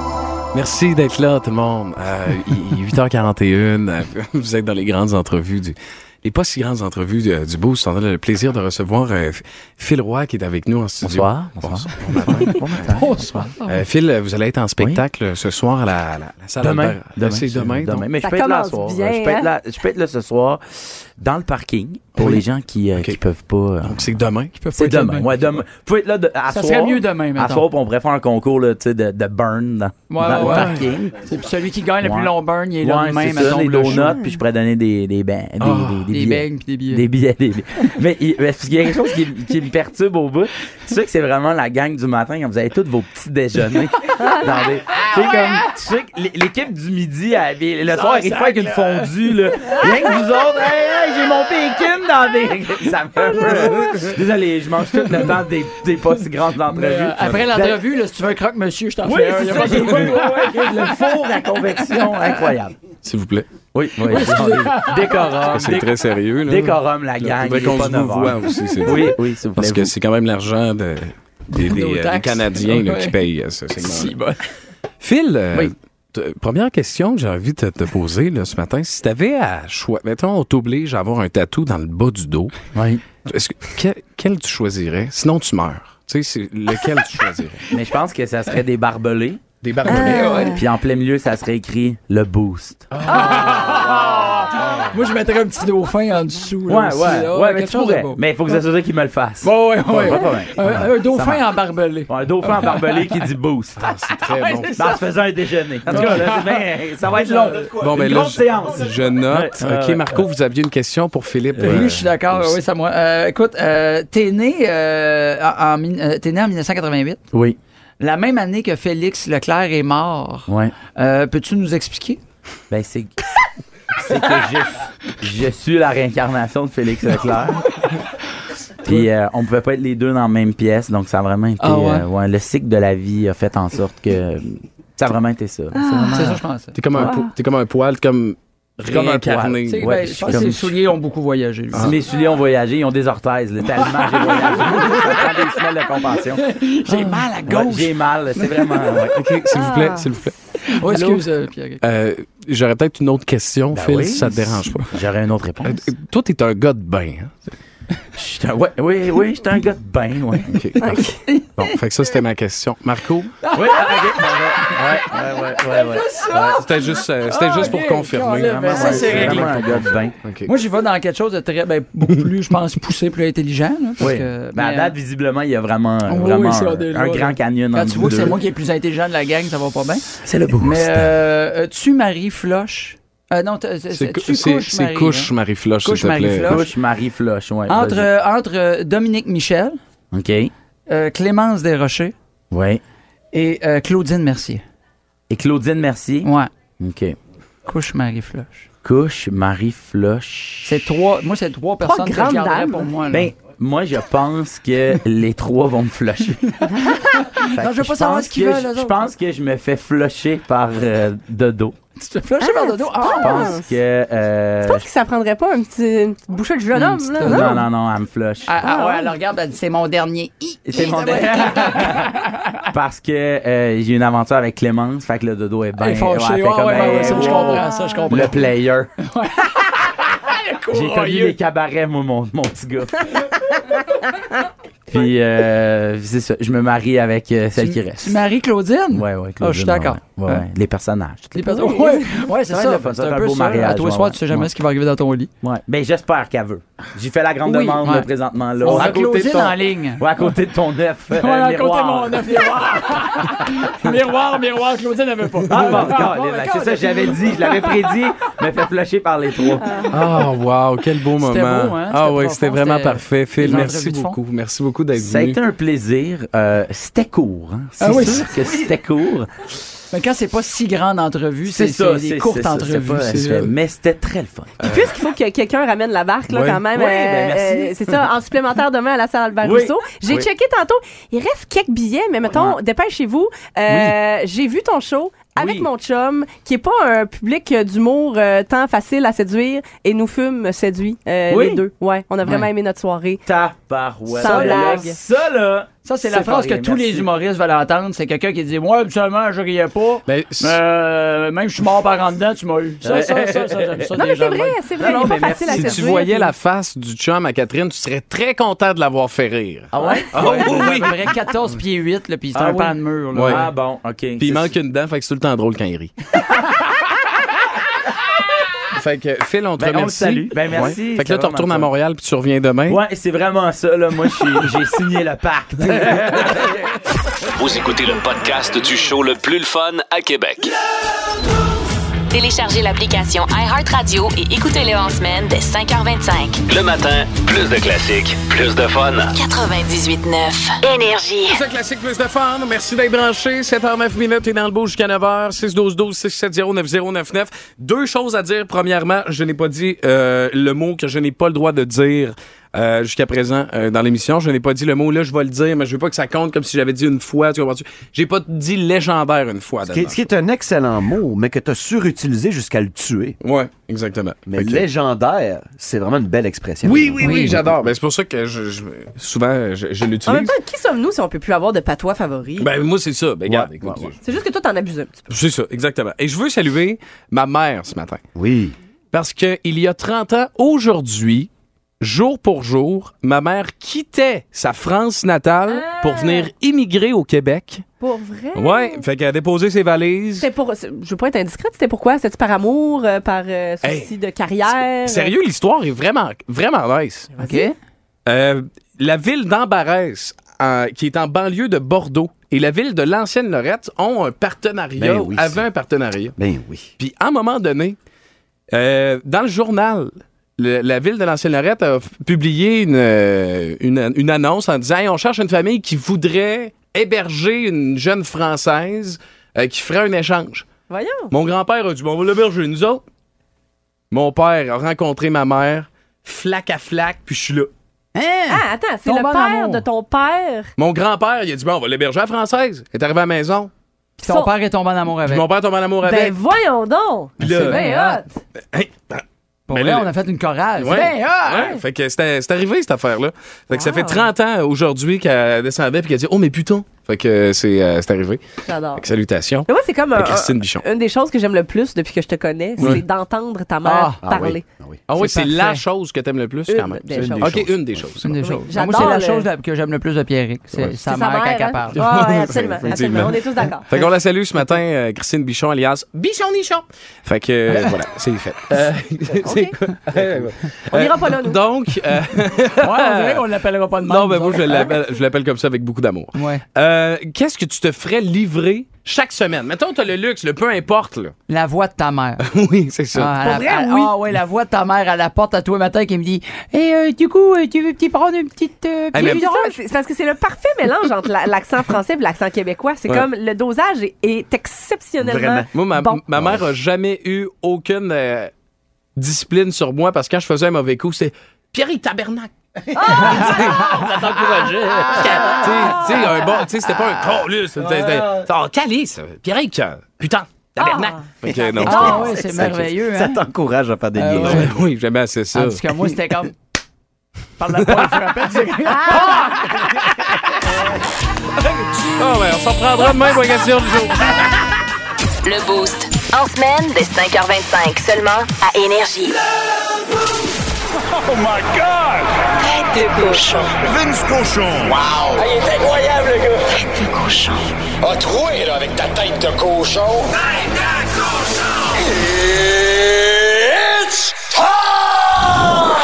Speaker 3: Merci d'être là, tout le monde. Euh, il, il est 8h41. euh, Vous êtes dans les grandes entrevues du. Les pas si grandes entrevues du, du Boost. On a le plaisir de recevoir euh, Phil Roy qui est avec nous en studio.
Speaker 12: Bonsoir,
Speaker 3: Bonsoir. Bonsoir. Euh, Phil, vous allez être en spectacle ce soir à la, la- la salle
Speaker 12: Demain.
Speaker 3: Albert.
Speaker 12: Demain,
Speaker 3: C'est demain. donc.
Speaker 12: Mais je peux être là ce soir. je, peux être
Speaker 6: hein?
Speaker 12: là, je peux être là ce soir dans le parking pour les gens qui, euh, qui peuvent pas.
Speaker 3: Donc c'est demain.
Speaker 12: C'est
Speaker 9: être là
Speaker 12: demain.
Speaker 9: demain.
Speaker 12: Ouais, demain. Vous pouvez être là de, à
Speaker 9: Ça
Speaker 12: soir.
Speaker 9: serait mieux demain,
Speaker 12: À
Speaker 9: mettons.
Speaker 12: soir, puis on pourrait faire un concours là, tu sais, de, de burn dans,
Speaker 9: Ouais,
Speaker 12: dans
Speaker 9: ouais,
Speaker 12: le
Speaker 9: ouais.
Speaker 12: parking.
Speaker 9: C'est- puis celui qui gagne le plus
Speaker 12: Ouais.
Speaker 9: long burn, il est là
Speaker 12: Ouais,
Speaker 9: demain,
Speaker 12: c'est
Speaker 9: mettons,
Speaker 12: ça, les
Speaker 9: le show.
Speaker 12: donuts, puis je pourrais donner des, des, ba- des,
Speaker 9: Ah,
Speaker 12: des,
Speaker 9: des
Speaker 12: billets.
Speaker 9: beignes puis des billets.
Speaker 12: Des billets, des billets. mais, il, mais parce qu'il y a quelque chose qui, qui me perturbe au bout. Tu sais que c'est vraiment la gang du matin quand vous avez tous vos petits déjeuners. dans des- tu sais, comme, tu sais que l'é- l'équipe du midi, elle- le soir, arrive pas avec une fondue, là. Rien que vous autres, hey, hey, j'ai mon pékin dans des. Ça me fait- Désolé, je mange tout le temps des, des pas si grandes entrevues.
Speaker 9: Euh, après l'entrevue, là, si tu veux un croque-monsieur, je t'en
Speaker 12: Ben, Oui,
Speaker 9: fais un.
Speaker 12: c'est
Speaker 9: y a
Speaker 12: ça,
Speaker 9: pas de
Speaker 12: j'ai- oui,
Speaker 9: problème.
Speaker 12: oui, oui, le four à convection, incroyable.
Speaker 3: S'il vous plaît.
Speaker 12: Oui, oui.
Speaker 3: Parce
Speaker 12: Décorum.
Speaker 3: que c'est très sérieux. Là.
Speaker 12: Décorum, la gang. Ah, il
Speaker 3: Il faudrait
Speaker 12: est
Speaker 3: qu'on
Speaker 12: pas
Speaker 3: se vous
Speaker 12: 9 heures.
Speaker 3: voit aussi. c'est
Speaker 12: Oui,
Speaker 3: vrai.
Speaker 12: oui, s'il vous
Speaker 3: Parce
Speaker 12: plaît,
Speaker 3: que
Speaker 12: vous.
Speaker 3: c'est quand même l'argent de- des, des,
Speaker 12: Nos
Speaker 3: euh, des
Speaker 12: taxes.
Speaker 3: Canadiens là,
Speaker 12: Ouais.
Speaker 3: qui payent euh, ce segment.
Speaker 12: Si, bon.
Speaker 3: Phil, euh, t- première question que j'ai envie de te poser là, ce matin. Si tu avais à choisir, mettons, on t'oblige à avoir un tatou dans le bas du dos, est-ce que, quel, quel tu choisirais? Sinon, tu meurs. Tu sais, c'est lequel tu choisirais?
Speaker 12: Mais je pense que ça serait des barbelés.
Speaker 3: Des barbelés,
Speaker 12: oui. Puis en plein milieu, ça serait écrit le boost.
Speaker 9: Moi, je mettrais un petit dauphin en dessous.
Speaker 12: Ouais,
Speaker 9: là,
Speaker 12: ouais,
Speaker 9: aussi, là.
Speaker 12: ouais, mais
Speaker 9: quelque
Speaker 12: tu
Speaker 9: chose de
Speaker 12: pourrais.
Speaker 9: beau.
Speaker 12: Mais il faut que ça soit qu'il me le fasse.
Speaker 9: Ouais, ouais, ouais.
Speaker 12: Pas de problème.
Speaker 9: Un, un
Speaker 12: Ça marche.
Speaker 9: dauphin en barbelé.
Speaker 12: Un dauphin en barbelé qui dit boost. c'est
Speaker 9: très bon.
Speaker 12: En se faisant un déjeuner. En tout cas, là, ben, ça va être long.
Speaker 3: Bon,
Speaker 9: ben,
Speaker 12: Une
Speaker 3: mais là,
Speaker 12: grosse séance.
Speaker 3: je, je note.
Speaker 12: Ouais, ouais,
Speaker 3: OK, Marco, vous aviez une question pour Philippe.
Speaker 9: Oui,
Speaker 3: euh,
Speaker 9: je suis d'accord.
Speaker 3: aussi.
Speaker 9: Oui, c'est moi. Euh, écoute, euh, t'es né, euh, en, en mille- euh, t'es né en 1988.
Speaker 12: Oui.
Speaker 9: La même année que Félix Leclerc est mort.
Speaker 12: Ouais.
Speaker 9: Euh, Peux-tu nous expliquer?
Speaker 12: Ben, c'est. C'est que je, je suis la réincarnation de Félix Leclerc. Puis euh, on pouvait pas être les deux dans la même pièce, donc ça a vraiment été.
Speaker 9: Ah ouais?
Speaker 12: euh, ouais, le cycle de la vie a fait en sorte que. Ça a vraiment été ça.
Speaker 9: Ah, C'est ça, je pensais.
Speaker 3: T'es comme, un
Speaker 9: Ah.
Speaker 3: po- t'es comme un poil, comme
Speaker 12: Comme un poil.
Speaker 3: réincarné.
Speaker 9: Tu sais,
Speaker 12: Ouais,
Speaker 9: ben,
Speaker 12: je
Speaker 9: je
Speaker 12: suis
Speaker 9: pense que
Speaker 12: comme-
Speaker 9: les souliers ont beaucoup voyagé. lui.
Speaker 12: Si mes souliers ont voyagé, ils ont des orthèses. là, tellement j'ai voyagé. Ça prend des semelles de compassion. Ah.
Speaker 9: J'ai mal à
Speaker 12: Ouais,
Speaker 9: gauche.
Speaker 12: j'ai mal, c'est vraiment. ouais.
Speaker 3: OK, s'il vous
Speaker 12: Ah.
Speaker 3: plaît, s'il vous plaît.
Speaker 9: Oh,
Speaker 3: Allô?
Speaker 9: excuse, euh, Pierre.
Speaker 3: Euh, J'aurais peut-être une autre question,
Speaker 12: Ben
Speaker 3: Phil,
Speaker 12: oui.
Speaker 3: si ça te dérange pas.
Speaker 12: J'aurais une autre réponse.
Speaker 3: Euh, Toi, t'es un gars de bain. hein?
Speaker 12: J'étais un- ouais, oui, oui, j'étais un gars de bain, ouais.
Speaker 3: Bon, fait que ça, c'était ma question. Marco?
Speaker 12: Oui, ah, ok. Ouais, ouais, ouais, ouais, ouais.
Speaker 3: Ouais, c'était juste, euh,
Speaker 12: Ah,
Speaker 3: c'était juste pour confirmer.
Speaker 12: Vraiment,
Speaker 7: ça,
Speaker 12: ouais,
Speaker 7: c'est réglé.
Speaker 12: vraiment un gars de bain.
Speaker 7: Moi, j'y vais dans quelque chose de très, ben, beaucoup plus, je pense, poussé, plus intelligent. là, parce
Speaker 12: Oui.
Speaker 7: que-
Speaker 12: Ben, à
Speaker 7: mais,
Speaker 12: date, visiblement, il y a vraiment,
Speaker 7: euh, oui,
Speaker 12: vraiment
Speaker 7: c'est
Speaker 12: un,
Speaker 7: au-delà,
Speaker 12: un
Speaker 7: là.
Speaker 12: grand canyon
Speaker 7: Quand
Speaker 12: entre
Speaker 7: tu
Speaker 12: vous
Speaker 7: vois que c'est
Speaker 12: deux.
Speaker 7: moi qui est le plus intelligent de la gang, ça va pas bien.
Speaker 12: C'est le boost.
Speaker 7: Mais euh, tu Marie Floche. Euh, non, t'as- c'est-
Speaker 3: C'est cou-
Speaker 7: tu
Speaker 3: c'est-
Speaker 7: couches
Speaker 3: c'est
Speaker 7: Marie.
Speaker 3: couche,
Speaker 7: hein.
Speaker 3: Marie Floche, s'il
Speaker 7: Couche,
Speaker 3: te plaît.
Speaker 7: Marie-Floche.
Speaker 12: Couche Marie Floche, ouais.
Speaker 7: Entre,
Speaker 12: vas-y.
Speaker 7: euh, entre euh, Dominique Michel,
Speaker 12: OK.
Speaker 7: euh, Clémence Desrochers
Speaker 12: Ouais.
Speaker 7: et euh, Claudine Mercier.
Speaker 12: Et Claudine Mercier?
Speaker 7: Ouais.
Speaker 12: OK.
Speaker 7: Couche Marie Floche.
Speaker 12: Couche Marie Floche.
Speaker 7: C'est trois. Moi, c'est trois personnes que je
Speaker 6: grandes
Speaker 7: garderais
Speaker 6: dames.
Speaker 7: pour moi. là.
Speaker 12: Ben, moi, je pense que les trois vont me flusher.
Speaker 7: non, je veux pas savoir ce qu'ils veulent. eux
Speaker 12: Je
Speaker 7: autres.
Speaker 12: pense que je me fais flusher par euh, Dodo.
Speaker 7: Tu te flashes par le dos. Ah,
Speaker 12: Je pense que. euh,
Speaker 6: Je pense que ça prendrait pas un petit, une petite bouchée de jeune
Speaker 7: Un
Speaker 6: homme,
Speaker 7: petit-
Speaker 6: là.
Speaker 12: non, non, non, elle me flush.
Speaker 7: Ah, ah, ouais, alors regarde, elle dit, c'est mon dernier i.
Speaker 12: C'est mon
Speaker 7: Ah.
Speaker 12: Parce que euh, j'ai une aventure avec Clémence, fait que le dodo est bien.
Speaker 7: Elle est fâchée.
Speaker 12: Ben, fait
Speaker 7: Ouais,
Speaker 12: comme,
Speaker 7: ouais, ouais,
Speaker 12: hey,
Speaker 7: ouais, ça, je
Speaker 12: wow.
Speaker 7: comprends, ça, je comprends.
Speaker 12: Le player. J'ai connu les cabarets, moi, mon, mon petit gars. Puis, euh, c'est ça, je me marie avec euh, celle qui reste.
Speaker 7: Tu maries Claudine?
Speaker 12: Ouais, ouais, Claudine,
Speaker 7: Ah, je suis d'accord.
Speaker 12: Ouais, ouais, ouais. Les personnages.
Speaker 7: Les personnes. Ouais, ouais, c'est
Speaker 12: Ouais,
Speaker 7: ça.
Speaker 12: le fun,
Speaker 7: C'est
Speaker 12: ça,
Speaker 7: un
Speaker 12: un
Speaker 7: peu
Speaker 12: beau
Speaker 7: ça.
Speaker 12: mariage,
Speaker 7: À tous les
Speaker 12: ouais,
Speaker 7: soirs,
Speaker 12: ouais.
Speaker 7: tu sais jamais
Speaker 12: Ouais.
Speaker 7: ce qui va arriver dans ton lit.
Speaker 12: Ouais. Ben, j'espère qu'elle veut. J'ai fait la grande
Speaker 7: Oui,
Speaker 12: demande,
Speaker 7: ouais.
Speaker 12: là, présentement. Là,
Speaker 7: On
Speaker 12: À
Speaker 7: a
Speaker 12: côté de
Speaker 7: Claudine
Speaker 12: ton-
Speaker 7: en ligne.
Speaker 12: Ouais, à côté de ton œuf. euh,
Speaker 7: Ouais, à côté de
Speaker 12: miroir.
Speaker 7: mon œuf, miroir, miroir, Claudine n'avait pas.
Speaker 12: Ah, bon, Caroline, c'est ça, j'avais dit, je l'avais prédit, mais fait flasher par les trois.
Speaker 3: Ah, wow, quel beau moment.
Speaker 12: C'était beau, hein?
Speaker 3: ah,
Speaker 12: C'était
Speaker 3: ouais,
Speaker 12: profond,
Speaker 3: c'était vraiment
Speaker 12: c'était-
Speaker 3: parfait. Phil,
Speaker 12: les
Speaker 3: merci
Speaker 12: entrevues de fond.
Speaker 3: beaucoup. Merci beaucoup d'être venu.
Speaker 12: Ça a été un plaisir. Euh, c'était court, hein. C'est
Speaker 7: Ah oui,
Speaker 12: sûr que c'était court.
Speaker 7: Mais quand c'est pas si grande entrevue, c'est c'est des courtes
Speaker 12: ça, c'est
Speaker 7: entrevues.
Speaker 12: pas-
Speaker 7: c'est
Speaker 12: c'est-
Speaker 7: vrai.
Speaker 12: Mais c'était très le fun.
Speaker 6: Puis puisqu'il faut que quelqu'un ramène la barque, là,
Speaker 12: Euh, Ouais.
Speaker 6: quand même,
Speaker 12: Ouais, ben, merci.
Speaker 6: euh, c'est ça, en supplémentaire demain à la salle Albert
Speaker 12: Oui.
Speaker 6: Rousseau. J'ai
Speaker 12: Oui.
Speaker 6: checké tantôt, il reste quelques billets, mais mettons, dépêchez-vous. Euh, J'ai vu ton show avec mon chum, qui est pas un public euh, d'humour euh, tant facile à séduire, et nous fume séduit, euh,
Speaker 12: Oui.
Speaker 6: les deux. Ouais, on a vraiment
Speaker 12: Ouais.
Speaker 6: aimé notre soirée.
Speaker 12: Ta Tabarouette.
Speaker 6: Sans
Speaker 12: Ça, là,
Speaker 6: blague.
Speaker 12: Ça, là.
Speaker 7: Ça, c'est la
Speaker 12: pas
Speaker 7: phrase que
Speaker 12: rien,
Speaker 7: tous
Speaker 12: merci.
Speaker 7: les humoristes veulent entendre. C'est quelqu'un qui dit Moi, habituellement, je riais pas.
Speaker 3: Mais
Speaker 7: euh, même si je suis mort par en dedans, tu m'as eu. Ça, ça, ça, ça, j'aime ça.
Speaker 6: Non, mais
Speaker 7: des
Speaker 6: c'est
Speaker 7: gens de
Speaker 6: vrai,
Speaker 7: même.
Speaker 6: c'est vrai, il est pas facile à
Speaker 3: Si
Speaker 6: séduire.
Speaker 3: tu voyais la face du chum à Catherine, tu serais très content de l'avoir fait rire.
Speaker 7: Ah ouais?
Speaker 3: Ah oui, oui.
Speaker 7: Il aurait 14 pieds 8, là, puis c'est
Speaker 3: Ah
Speaker 7: un
Speaker 3: oui.
Speaker 7: pan de mur. Là.
Speaker 3: Ouais.
Speaker 12: Ah bon, OK.
Speaker 3: Puis il manque une dent, fait que c'est tout le temps drôle quand il rit. fait que Phil, on te
Speaker 12: Ben, on le
Speaker 3: remercie.
Speaker 12: salue. Ben, merci, c'était
Speaker 3: Fait que là, tu retournes
Speaker 12: vraiment
Speaker 3: à
Speaker 12: fun.
Speaker 3: Montréal puis tu reviens demain.
Speaker 12: Ouais, c'est vraiment ça, là. Moi, je suis- j'ai signé le pacte.
Speaker 2: Vous écoutez le podcast du show le plus le fun à Québec.
Speaker 1: Téléchargez l'application iHeartRadio et écoutez-le en semaine dès 5h25.
Speaker 2: Le matin, plus de classiques, plus de fun.
Speaker 1: 98.9 Énergie.
Speaker 3: C'est classique plus de fun. Merci d'être branché. 7h09 minutes et dans le beau jusqu'à 9h. 6 12 12 670 9099. Deux choses à dire. Premièrement, je n'ai pas dit euh, le mot que je n'ai pas le droit de dire euh, jusqu'à présent euh, dans l'émission. Je n'ai pas dit le mot là, je vais le dire, mais je veux pas que ça compte comme si j'avais dit une fois. Tu comprends-tu? J'ai pas dit légendaire une fois.
Speaker 8: Ce qui, est, ce qui est un excellent mot, mais que tu as surutilisé jusqu'à le tuer.
Speaker 3: Ouais, exactement.
Speaker 8: Mais légendaire, c'est vraiment une belle expression.
Speaker 3: Oui, oui, oui, j'adore. Ben, c'est pour ça que je, je- souvent je, je
Speaker 6: En même
Speaker 3: l'utilise.
Speaker 6: temps, qui sommes-nous si on peut plus avoir de patois favori?
Speaker 3: Ben moi c'est ça. Ben regarde, écoute, je-
Speaker 6: C'est juste que toi, t'en abuses un petit peu.
Speaker 3: C'est ça, exactement. Et je veux saluer ma mère ce matin.
Speaker 8: Oui.
Speaker 3: Parce que il y a 30 ans, aujourd'hui, jour pour jour, ma mère quittait sa France natale pour venir immigrer au Québec.
Speaker 6: Pour vrai?
Speaker 3: Ouais, fait qu'elle a déposé ses valises.
Speaker 6: C'était pour. c'est- Je veux pas être indiscrète, c'était pourquoi? C'était par amour, euh, par euh, souci de carrière?
Speaker 3: Sérieux, l'histoire est vraiment, vraiment nice.
Speaker 7: OK.
Speaker 3: Euh, la ville d'Ambarès, euh, qui est en banlieue de Bordeaux, et la ville de l'ancienne Lorette ont un partenariat,
Speaker 8: Ben oui,
Speaker 3: avaient un partenariat.
Speaker 8: Ben oui.
Speaker 3: Puis à un moment donné, euh, dans le journal, le- la ville de l'ancienne Lorette a f- publié une, euh, une, une annonce en disant Hey, on cherche une famille qui voudrait héberger une jeune Française euh, qui ferait un échange.
Speaker 6: Voyons.
Speaker 3: Mon grand-père a dit Bon, on va l'héberger, nous autres. Mon père a rencontré ma mère, flac à flac, puis je suis là.
Speaker 6: Ah, attends, c'est
Speaker 7: Ton
Speaker 6: le
Speaker 7: bon
Speaker 6: père
Speaker 7: amour.
Speaker 6: de ton père.
Speaker 3: Mon grand-père, il a dit Bon, on va l'héberger à la Française. Il est arrivé à la maison.
Speaker 7: Puis ton
Speaker 6: Son-
Speaker 7: père est tombé en amour
Speaker 3: Puis
Speaker 7: avec.
Speaker 3: mon père tombe en amour
Speaker 6: Ben
Speaker 3: avec.
Speaker 6: voyons donc!
Speaker 3: Puis
Speaker 6: Ben,
Speaker 3: là-
Speaker 7: C'est bien hot.
Speaker 3: Hey,
Speaker 7: Pour
Speaker 3: Mais
Speaker 7: vrai,
Speaker 3: là-
Speaker 7: on a fait une chorale. Ah, C'est
Speaker 3: Ouais.
Speaker 7: bien hot.
Speaker 3: Ouais, Fait que c'était- c'est arrivé cette affaire-là. Fait que ça
Speaker 6: Wow.
Speaker 3: fait 30 ans aujourd'hui qu'elle descendait puis qu'elle dit Oh, mais putain! Fait que euh, c'est euh, c'est arrivé.
Speaker 6: J'adore.
Speaker 3: Fait que salutations.
Speaker 6: Mais moi, c'est comme
Speaker 3: à
Speaker 6: un-
Speaker 3: Ben, Christine Bichon.
Speaker 6: un- une des choses que j'aime le plus depuis que je te connais, c'est d'entendre ta mère
Speaker 7: Ah,
Speaker 8: Ah
Speaker 6: parler.
Speaker 8: oui, ah oui.
Speaker 3: Ah oui, c'est la
Speaker 7: parfait.
Speaker 3: chose que t'aimes le plus,
Speaker 7: Une
Speaker 3: quand même.
Speaker 7: des
Speaker 3: C'est
Speaker 7: choses.
Speaker 3: OK, une des choses. c'est
Speaker 7: Une des
Speaker 3: bon.
Speaker 7: choses. Moi, c'est la chose la- que j'aime le plus de Pierrick. C'est sa
Speaker 6: C'est sa
Speaker 7: mère quand
Speaker 6: mère,
Speaker 7: elle
Speaker 6: hein?
Speaker 7: parle.
Speaker 6: Ah, ouais, absolument, absolument. On est tous d'accord.
Speaker 3: Fait qu'on la salue ce matin, euh, Christine Bichon, alias Bichon Nichon. Fait que euh, voilà, c'est fait. Euh, c'est quoi? Euh,
Speaker 6: On ira pas là, nous.
Speaker 3: Donc. euh,
Speaker 7: Euh,
Speaker 12: dirait qu'on l'appellera pas de même,
Speaker 3: Non, ben
Speaker 12: nous
Speaker 3: moi, je
Speaker 12: autres.
Speaker 3: l'appelle, je l'appelle comme ça avec beaucoup d'amour.
Speaker 12: Ouais.
Speaker 3: Euh, Qu'est-ce que tu te ferais livrer chaque semaine? Mettons, t'as le luxe, le peu importe, là.
Speaker 7: La voix de ta mère.
Speaker 3: oui, c'est ça.
Speaker 7: Ah, la-
Speaker 3: Ah,
Speaker 7: ah, ah, ouais, la voix de ta mère à la porte à tous les matins qui me dit Et du coup, euh, tu veux petit prendre une petite. euh,
Speaker 6: Puis
Speaker 7: petite
Speaker 6: c'est
Speaker 7: vidange?
Speaker 6: ça, c'est- c'est parce que c'est le parfait mélange entre la- l'accent français et l'accent québécois. C'est
Speaker 3: Ouais.
Speaker 6: comme le dosage est, est exceptionnellement.
Speaker 3: Moi, ma,
Speaker 6: bon.
Speaker 3: ma mère a jamais eu aucune euh, discipline sur moi parce que quand je faisais un mauvais coup, c'est. Pierre Tabernac.
Speaker 13: Ça t'encourageait.
Speaker 3: Tu sais, un bon. Tu sais, c'était pas un colus. C'était. c'était- Oh, calice, Pierrick, putain, Tabernac. Fait que non, c'était-
Speaker 7: Ah, ouais, c'est
Speaker 3: ça-
Speaker 7: merveilleux,
Speaker 8: Ça
Speaker 7: hein.
Speaker 8: t'encourage à faire des
Speaker 7: Ah,
Speaker 8: liens.
Speaker 7: ouais.
Speaker 3: Oui, jamais assez ça.
Speaker 7: Tandis que moi, c'était comme.
Speaker 3: Ah ouais, on s'en prendra demain pour la question du jour.
Speaker 1: Le Boost. En semaine, dès 5h25, seulement à Énergie.
Speaker 13: Oh my God! Tête de cochon. Vince cochon. Wow! il est incroyable, le gars. Tête de cochon. A troué, là, avec ta tête de cochon. Tête de cochon! It's time!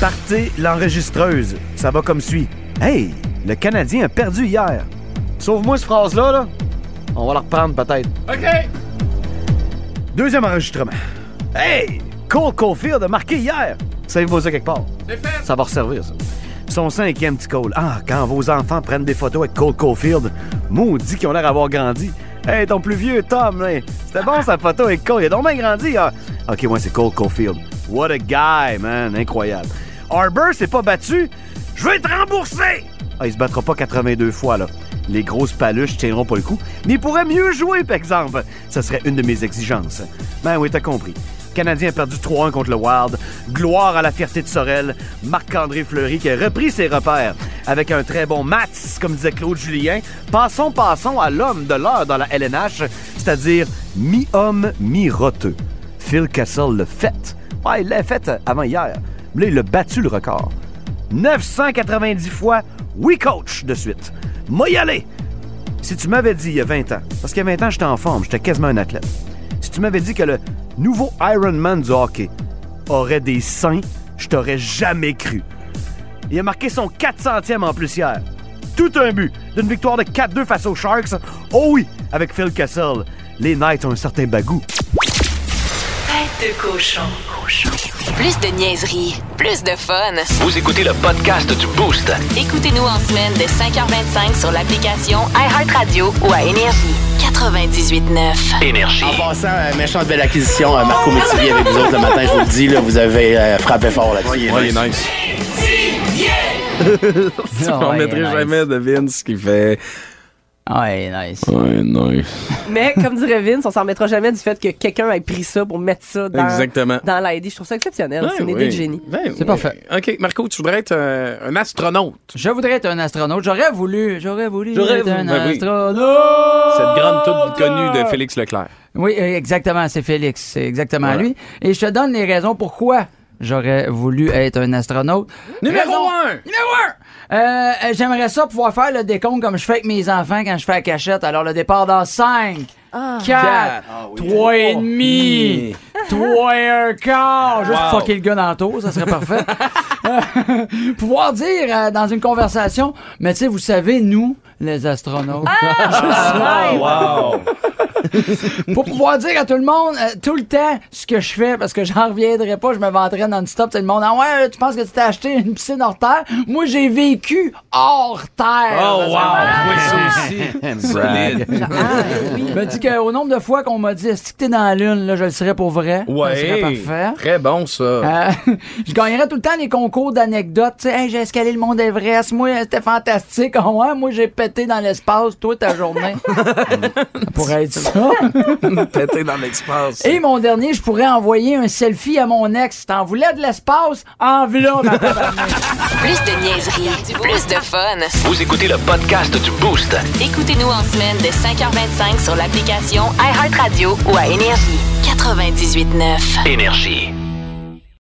Speaker 8: Partez l'enregistreuse. Ça va comme suit. Hey, le Canadien a perdu hier. Sauve-moi cette phrase-là, là. On va la reprendre peut-être.
Speaker 13: OK.
Speaker 8: Deuxième enregistrement. Hey! Cole Caulfield a marqué hier! Savez-vous ça quelque part? Ça va resservir, ça. Son cinquième petit Cole. Ah, quand vos enfants prennent des photos avec Cole Caulfield, maudit qu'ils ont l'air d'avoir grandi. Hey, ton plus vieux Tom, là, c'était bon sa photo avec Cole. Il a donc bien grandi. ah. OK, moi, c'est Cole Caulfield. What a guy, man. Incroyable. Harbour s'est pas battu. Je vais te rembourser! Ah, il se battra pas 82 fois, là. Les grosses paluches tiendront pas le coup, mais il pourrait mieux jouer, par exemple. Ça serait une de mes exigences. Ben oui, t'as compris. Le Canadien a perdu 3-1 contre le Wild. Gloire à la fierté de Sorel. Marc-André Fleury qui a repris ses repères avec un très bon match, comme disait Claude Julien. Passons, passons à l'homme de l'heure dans la LNH, c'est-à-dire mi-homme, mi-roteux. Phil Castle le fait. Ouais, il l'a fait avant hier. Mais Là, il a battu le record. 990 fois, oui coach, de suite. Moi y aller! Si tu m'avais dit il y a 20 ans, parce qu'à 20 ans, j'étais en forme, j'étais quasiment un athlète. Si tu m'avais dit que le nouveau Ironman du hockey aurait des seins, je t'aurais jamais cru. Il a marqué son 400e en plus hier. Tout un but d'une victoire de 4-2 face aux Sharks. Oh oui, avec Phil Kessel. Les Knights ont un certain bagou.
Speaker 1: Tête de cochon. Plus de niaiserie, plus de fun.
Speaker 2: Vous écoutez le podcast du Boost.
Speaker 1: Écoutez-nous en semaine de 5h25 sur l'application iHeartRadio ou à Énergie. 98.9.
Speaker 2: Énergie.
Speaker 14: En passant, euh, méchante belle acquisition, euh, Marco Métivier avec vous autres le matin, je vous le dis, là, vous avez euh, frappé fort là-dessus.
Speaker 3: Ouais, il est nice.
Speaker 7: Ah,
Speaker 3: on
Speaker 14: ouais,
Speaker 3: mettrait
Speaker 14: nice.
Speaker 3: jamais de Vince qui fait. Ouais, nice. Ouais, nice.
Speaker 6: Mais comme dirait Vince, on s'en remettra jamais du fait que quelqu'un ait pris ça pour mettre ça dans,
Speaker 3: Exactement.
Speaker 6: dans l'ID. Je trouve ça exceptionnel.
Speaker 3: Ouais,
Speaker 6: Ah, c'est une
Speaker 3: oui.
Speaker 6: idée de génie.
Speaker 3: Ouais, ouais. OK, Marco, tu voudrais être euh, un astronaute.
Speaker 7: Je voudrais être un astronaute. J'aurais voulu. J'aurais voulu
Speaker 3: J'aurais
Speaker 7: être un
Speaker 3: voulu- ben oui.
Speaker 7: astronaute.
Speaker 3: Cette grande toute connue de Félix Leclerc.
Speaker 7: Oui, euh, exactement. C'est Félix. C'est exactement
Speaker 3: Voilà.
Speaker 7: lui. Et je te donne les raisons pourquoi j'aurais voulu être un astronaute. Raison-
Speaker 3: 1!
Speaker 7: Numéro Euh, euh, J'aimerais ça pouvoir faire le décompte comme je fais avec mes enfants quand je fais la cachette. Alors, le départ dans 5, 4,
Speaker 13: Quatre.
Speaker 3: Ah
Speaker 7: 3 et
Speaker 3: Oh.
Speaker 7: demi,
Speaker 3: Hmm.
Speaker 7: 3 et un quart. Juste
Speaker 13: Wow.
Speaker 7: pour fucker le gars dans le tour, ça serait parfait. Euh, pouvoir dire euh, dans une conversation, mais tu sais, vous savez, nous, les astronautes.
Speaker 13: Ah!
Speaker 7: Juste ça. pour pouvoir dire à tout le monde euh, tout le temps ce que je fais parce que j'en reviendrai pas, je me vanterai non-stop. Tout le monde, ah ouais, tu penses que tu t'es acheté une piscine hors terre? Moi, j'ai vécu hors terre. Ah,
Speaker 13: Oh, wow. Ah,
Speaker 7: Ouais.
Speaker 13: Oui, ça aussi.
Speaker 7: Solide.
Speaker 13: Brag.
Speaker 7: Je me dis qu'au nombre de fois qu'on m'a dit, est-ce que t'es dans la lune, là, je le serais pour vrai. Ça serait parfait.
Speaker 3: Très bon, ça.
Speaker 7: Euh, je gagnerais tout le temps les concours d'anecdotes. Tu sais, Hey, j'ai escalé le mont Everest. Moi, c'était fantastique. Ah ouais, moi, j'ai pété dans l'espace toute la journée. ça pourrait être ça.
Speaker 3: Pété dans l'espace.
Speaker 7: Et mon dernier, je pourrais envoyer un selfie à mon ex. T'en voulais de l'espace? En v'là, ma tabarnak.
Speaker 1: Plus de niaiserie, plus de fun.
Speaker 2: Vous écoutez le podcast du Boost.
Speaker 1: Écoutez-nous en semaine de 5h25 sur l'application iHeartRadio ou à Énergie. 98.9.
Speaker 2: Énergie.